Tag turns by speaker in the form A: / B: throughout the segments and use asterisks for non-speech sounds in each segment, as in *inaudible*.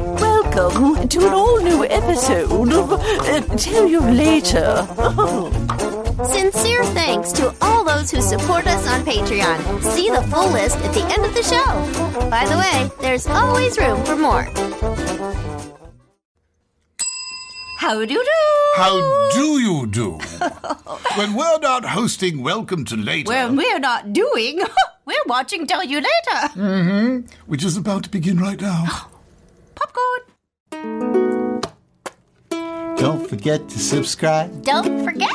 A: Welcome to an all new episode of uh, Tell You Later. *laughs*
B: Sincere thanks to all those who support us on Patreon. See the full list at the end of the show. By the way, there's always room for more. How do do?
C: How do you do? *laughs* when we're not hosting Welcome to Later,
B: When we're not doing, we're watching Tell You Later.
C: which is about to begin right now.
B: Popcorn.
D: Don't forget to subscribe.
B: Don't forget,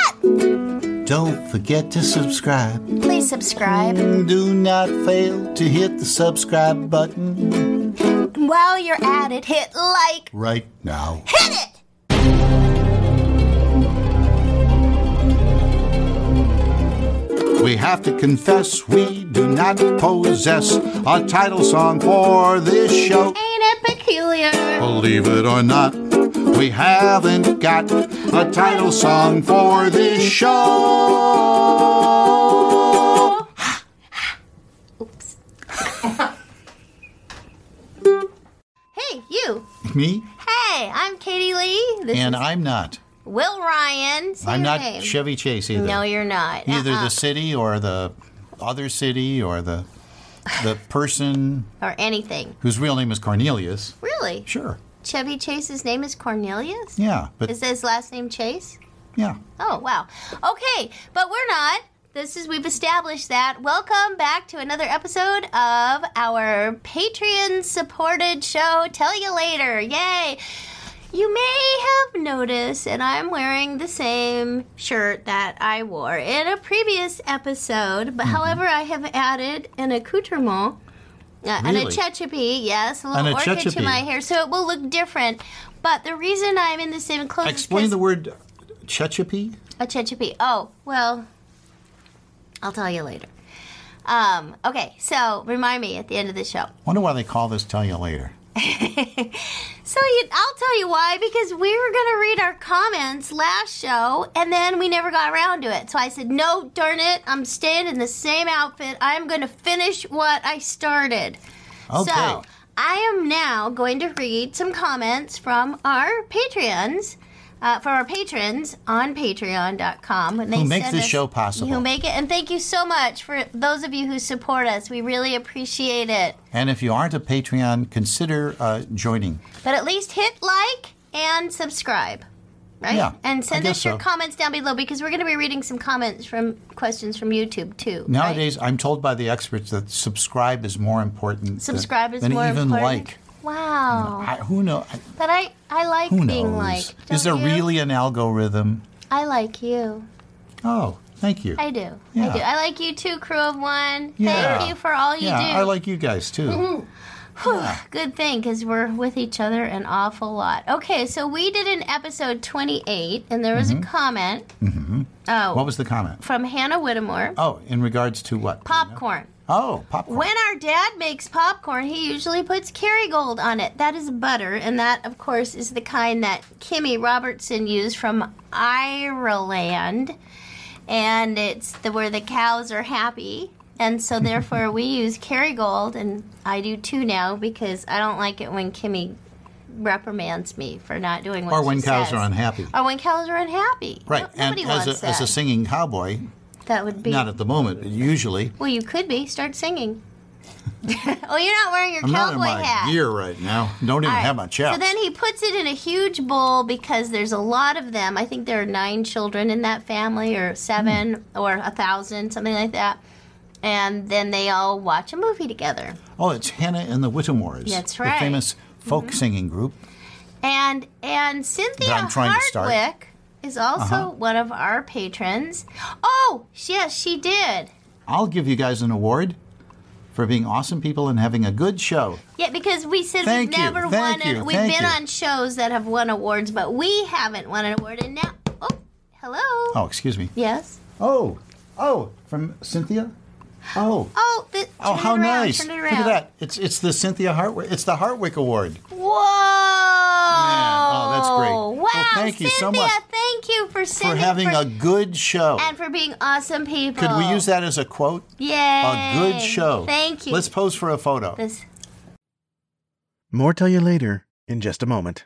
D: Don't forget to subscribe.
B: please subscribe.
D: Do not fail to hit the subscribe button
B: And while you're at it, hit like.
D: right now.
B: Hit it!
D: We have to confess we do not possess a title song for this show.
B: Ain't it peculiar?
D: Believe it or not, we haven't got a title song for this show.
B: Hey, you.
D: Me?
B: Hey, I'm Katie Lee. This
D: And
B: is
D: I'm not.
B: Will Ryan. Say
D: I'm
B: your
D: not
B: name.
D: Chevy Chase either.
B: No, you're not.
D: either
B: Uh-uh.
D: the city or the other city or the the person
B: or anything.
D: whose real name is Cornelius.
B: Really?
D: Sure.
B: Chevy Chase's name is Cornelius?
D: Yeah, but
B: Is his last name Chase?
D: yeah.
B: Oh, wow. Okay, but we're not. This is, we've established that. Welcome back to another episode of our Patreon supported show, Tell You Later. Yay! You may have noticed that I'm wearing the same shirt that I wore in a previous episode, but
D: Mm-hmm.
B: however, I have added an accoutrement. Uh, An
D: Really?
B: achechepe, yes, a
D: An
B: little orchid to
D: achechepe.
B: my hair, so it will look different. But the reason I'm in the same clothes
D: Explain
B: is
D: the word Chechapi.
B: a Chechipee. Oh, well, I'll tell you later. Um, okay, so remind me at the end of the show.
D: Wonder why they call this tell you later.
B: *laughs* So you, I'll tell you why because we were going to read our comments last show and then we never got around to it. So I said, "No, darn it. I'm staying in the same outfit. I'm going to finish what I started."
D: Okay.
B: So, I am now going to read some comments from our Patreons. Uh, for our patrons on patreon.com when they
D: Who make
B: send
D: this
B: us-
D: show possible.
B: who make it and thank you so much for those of you who support us we really appreciate it
D: and if you aren't a Patreon, consider uh, joining.
B: but at least hit like and subscribe, right?
D: Yeah,
B: and
D: I
B: send
D: guess
B: us your
D: so.
B: comments down below because we're going to be reading some comments from questions from YouTube too. right?
D: Nowadays, I'm told by the experts that subscribe is more important
B: subscribe
D: than,
B: is
D: than
B: more
D: even
B: important.
D: like.
B: Wow,
D: I, who know?
B: but I I like
D: Who
B: being
D: knows?
B: liked.
D: is there
B: don't you?
D: really an algorithm?
B: I like you.
D: Oh, thank you.
B: I do. I
D: Yeah.
B: do. I like you too, crew of one.
D: Yeah.
B: Thank you for all you
D: yeah,
B: do. Mm-hmm.
D: I like you guys too.
B: Good thing, because we're with each other an awful lot. Okay, so we did an episode 28, and there was a comment Oh,
D: Mm-hmm. What was the comment?
B: from Hannah Whittemore.
D: Oh, in regards to what?
B: popcorn.
D: Oh, popcorn.
B: When our dad makes popcorn, he usually puts Kerrygold on it. That is butter, and that, of course, is the kind that Kimmy Robertson used from Ireland. And it's the where the cows are happy. And
D: *laughs*
B: so, therefore, we use Kerrygold, and I do too now because I don't like it when Kimmy reprimands me for not doing what
D: or
B: she
D: when cows
B: says. "Oh,
D: are unhappy.
B: Or when cows are unhappy.
D: Right.
B: No-
D: and
B: nobody wants
D: as a, as a
B: that.
D: singing cowboy,
B: that would be
D: not at the moment, but usually.
B: Well, you could be. Start singing. *laughs* oh, you're not wearing your
D: I'm not
B: cowboy
D: in my
B: hat.
D: gear right now. Don't even
B: All right.
D: have my chaps.
B: So then he puts it in a huge bowl because there's a lot of them. I think there are nine children in that family, or seven,
D: Hmm.
B: or a thousand, something like that. And then they all watch a movie together.
D: oh, it's Hannah and the Whittemores.
B: That's right. Mm-hmm.
D: The famous folk singing group.
B: And and Cynthia
D: That I'm trying to start. Uh-huh.
B: Hardwick is also one of our patrons. Oh, yes, she did.
D: I'll give you guys an award for being awesome people and having a good show.
B: Yeah, because we said
D: Thank
B: we've
D: you,
B: never
D: thank
B: won. A,
D: you,
B: we've
D: thank
B: been
D: you.
B: on shows that have won awards, but we haven't won an award. And now, oh, hello.
D: Oh, excuse me.
B: Yes.
D: Oh, oh, from Cynthia? Oh.
B: Oh, the,
D: Oh,
B: turn
D: how
B: it around,
D: nice!
B: Turn it
D: Look
B: around.
D: at that. It's it's the Cynthia Hartwick. It's the Hartwick Award.
B: Whoa!
D: oh, that's great.
B: Wow!
D: Well, thank you
B: Cynthia,
D: so much
B: Thank you for
D: for
B: sending
D: having
B: for-
D: a good show.
B: and for being awesome people.
D: Could we use that as a quote?
B: Yay!
D: A good show.
B: Thank you.
D: Let's pose for a photo.
B: This
E: More Tell You Later in just a moment.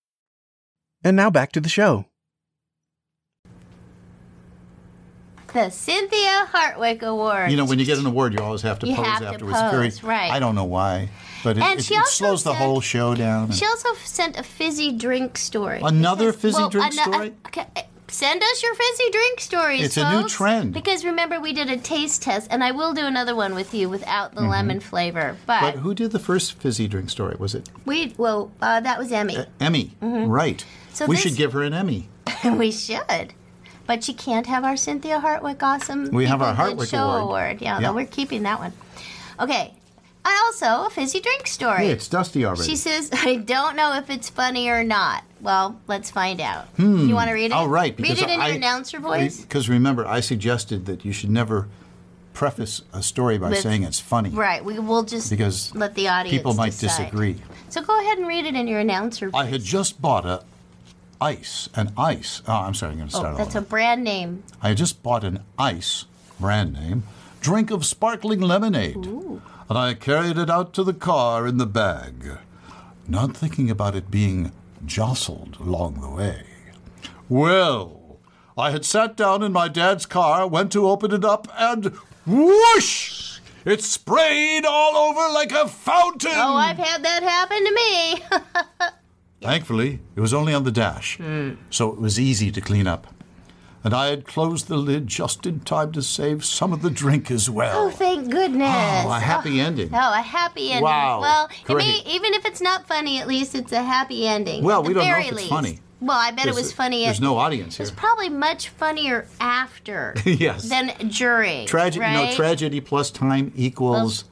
E: And now back to the show.
B: The Cynthia Hartwick Award.
D: You know, when you get an award, you always have to
B: You
D: pose
B: have to
D: afterwards. It's very-
B: pose, right.
D: I don't know why, but it,
B: And
D: it-
B: she
D: it
B: also
D: slows the
B: said-
D: whole show down.
B: She also sent a fizzy drink story.
D: Another fizzy drink
B: ano-
D: story?
B: okay, uh, Send us your fizzy drink stories.
D: It's a new
B: folks.
D: trend.
B: Because remember, we did a taste test, and I will do another one with you without
D: Mm-hmm.
B: the lemon flavor. But,
D: but who did the first fizzy drink story? Was it
B: we, well, uh, that was Emmy.
D: Emmy? Right.
B: Mm-hmm. So
D: we
B: this-
D: should give her an Emmy.
B: *laughs* we should. But you can't have our Cynthia Hartwick awesome.
D: We have our
B: People Good
D: Hartwick
B: Show
D: Award.
B: Yeah,
D: Yeah.
B: we're keeping that one. Okay. And also, a fizzy drink story.
D: Hey, it's Dusty already.
B: She says, I don't know if it's funny or not. Well, let's find out. You want to read it?
D: All Hmm. Oh, right.
B: Read it in your announcer voice.
D: Because remember, I suggested that you should never preface a story by
B: With-
D: saying it's funny.
B: right. We will just
D: Because
B: let the audience
D: People might
B: decide.
D: disagree.
B: So go ahead and read it in your announcer voice.
D: I had just bought a ice, an ice. Oh, I'm sorry, I'm going to start
B: oh,
D: all
B: that's
D: over.
B: a brand name.
D: I had just bought an ice, brand name, drink of sparkling lemonade, and I carried it out to the car in the bag, not thinking about it being jostled along the way. Well, I had sat down in my dad's car, went to open it up, and whoosh! It sprayed all over like a fountain.
B: Oh, I've had that happen to me. *laughs*
D: Thankfully, it was only on the dash, so it was easy to clean up. And I had closed the lid just in time to save some of the drink as well. Oh,
B: oh, thank goodness.
D: a happy ending.
B: Oh, a happy ending.
D: Wow,
B: Well, it may,
D: great.
B: even if it's not funny, at least it's a happy ending.
D: Well,
B: at the
D: we don't know
B: very
D: if it's
B: least.
D: funny.
B: Well, I bet it
D: There's-
B: was funny.
D: There's
B: at-
D: no audience
B: It
D: here. *laughs*
B: was probably much funnier after
D: Yes.
B: than during.
D: Tragedy,
B: right?
D: no tragedy plus time equals.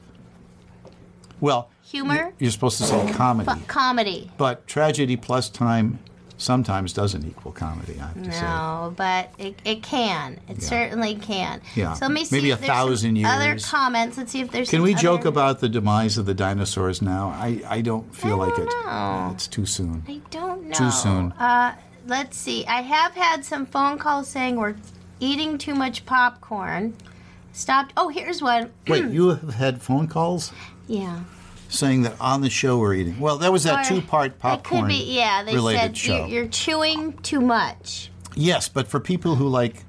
D: Well,
B: humor?
D: you're supposed to say comedy,
B: But comedy.
D: but tragedy plus time sometimes doesn't equal comedy. I have to say.
B: No, but it, it can. It certainly can.
D: Yeah.
B: So let me see
D: Maybe
B: if
D: a
B: there's some
D: thousand
B: other
D: years.
B: comments. Let's see if there's.
D: Can
B: some
D: we
B: other-
D: joke about the demise of the dinosaurs now? I, I don't feel
B: I
D: like
B: don't
D: it.
B: know.
D: It's too soon.
B: I don't know.
D: Too soon.
B: Uh, let's see. I have had some phone calls saying we're eating too much popcorn. Stopped. Oh, here's one.
D: Wait, you have had phone calls
B: Yeah.
D: saying that on the show we're eating. Well, that was that
B: Or-
D: two-part
B: That could
D: popcorn
B: be. Yeah. They
D: related
B: said
D: show.
B: you, you're chewing too much.
D: yes, but for people who like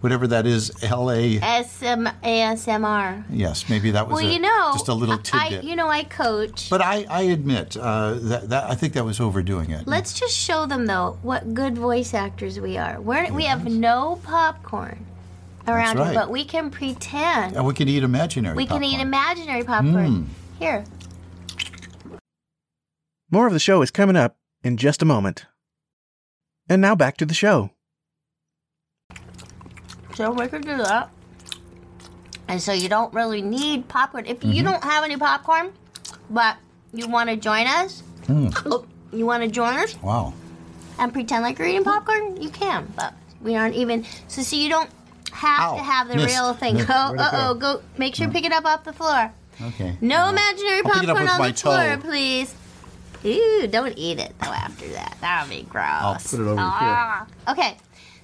D: whatever that is, L.A.
B: SM, ASMR.
D: Yes, maybe that was
B: Well,
D: a-
B: you know,
D: just a little
B: I-
D: tidbit.
B: I, you know, I coach.
D: but I, I admit uh, that, that I think that was overdoing it.
B: Let's just show them though what good voice actors we are. We're, we have no popcorn around
D: right.
B: here, but we can pretend.
D: and Uh, we can eat imaginary.
B: we can eat
D: popcorn. Hmm.
B: imaginary popcorn. Here.
E: More of the show is coming up in just a moment. And now back to the show.
B: So we could do that. And so you don't really need popcorn. If
D: Mm-hmm.
B: you don't have any popcorn, but you want to join us,
D: Hmm.
B: oh, you want to join us
D: Wow.
B: and pretend like you're eating popcorn, you can. But we aren't even. So, so you don't have
D: Ow,
B: to have the
D: missed.
B: real thing.
D: Missed.
B: Oh,
D: Where'd it Hmm.
B: uh oh, go. Make sure you pick it up off the floor.
D: Okay.
B: No imaginary
D: I'll pick it up
B: popcorn
D: with
B: on
D: my
B: the floor,
D: toe.
B: please. Ew, don't eat it though after that. That would be gross.
D: I'll put it over
B: Ah. Okay.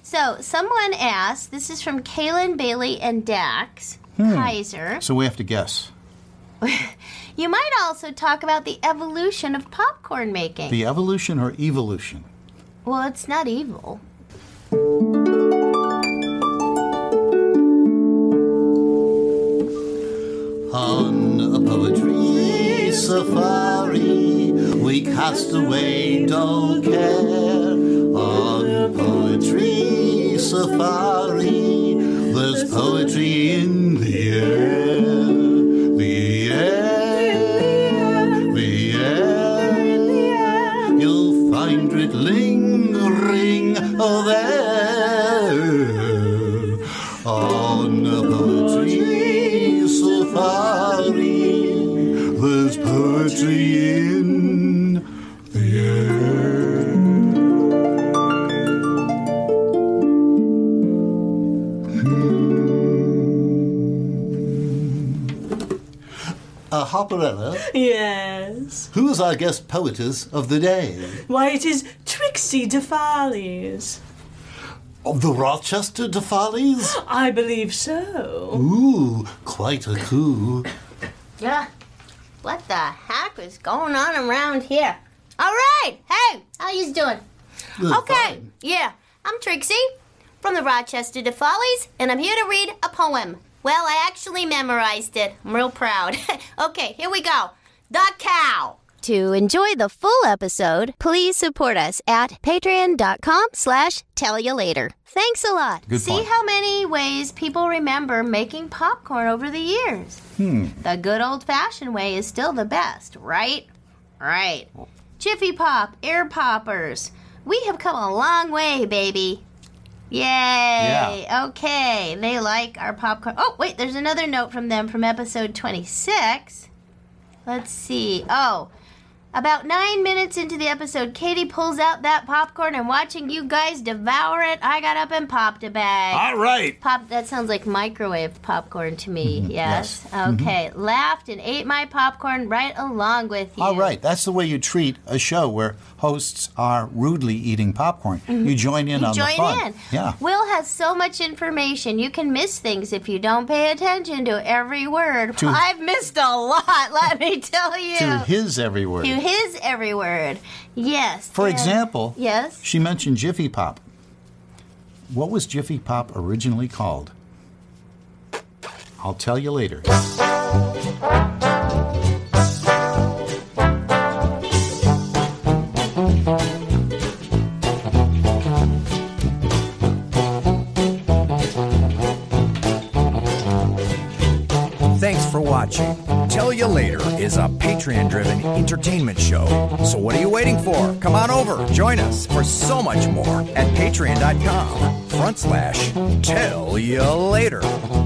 B: So someone asked, this is from Kaylin Bailey and Dax
D: Hmm.
B: Kaiser.
D: here. So we have to guess
B: You might also talk about the evolution of popcorn making.
D: the evolution or evolution.
B: well, it's not evil.
D: On a poetry safari, we cast away dull care. On poetry safari, there's poetry in the air. The air, the air. You'll find it lingering there. On a poetry safari, there's poetry in
C: in the air.
F: Hmm. A hopperella,
G: Yes.
F: who is our guest poetess of the day?
G: Why, it is Trixie DeFarley's.
F: Of the Rochester Defales?
G: I believe so.
F: Ooh, quite a coup.
B: Ugh. What the heck is going on around here? All right. Hey, how you doing?
F: Good
B: Okay.
F: find.
B: Yeah, I'm Trixie from the Rochester DeFollies, and I'm here to read a poem. Well, I actually memorized it. I'm real proud. *laughs* okay, here we go. The cow. To enjoy the full episode, please support us at patreon.com slash tell you later. Thanks a lot.
D: Good
B: See
D: point.
B: how many ways people remember making popcorn over the years.
D: Hmm.
B: The good old fashioned way is still the best, right? Right. Jiffy Pop, air poppers. We have come a long way, baby. Yay. Okay. They like our popcorn. Oh, wait, there's another note from them from episode 26. Let's see. Oh, about nine minutes into the episode, Katie pulls out that popcorn and watching you guys devour it, I got up and popped a bag.
C: All right.
B: Pop, that sounds like microwave popcorn to me. Yes. Okay. Laughed and ate my popcorn right along with you.
D: All right, that's the way you treat a show where hosts are rudely eating popcorn. You join in on the
B: Mm-hmm. Join
D: fun.
B: in.
D: Yeah.
B: Will has so much information. You can miss things if you don't pay attention to every word. *laughs* I've missed a lot, *laughs* let me tell you.
D: To his every word.
B: To his every word. Yes.
D: For
B: and-
D: example,
B: Yes.
D: she mentioned Jiffy Pop. What was Jiffy Pop originally called? I'll tell you later.
H: Thanks for watching. Tell You Later is a Patreon driven entertainment show. So what are you waiting for? Come on over. Join us for so much more at patreon.com front slash tell you later.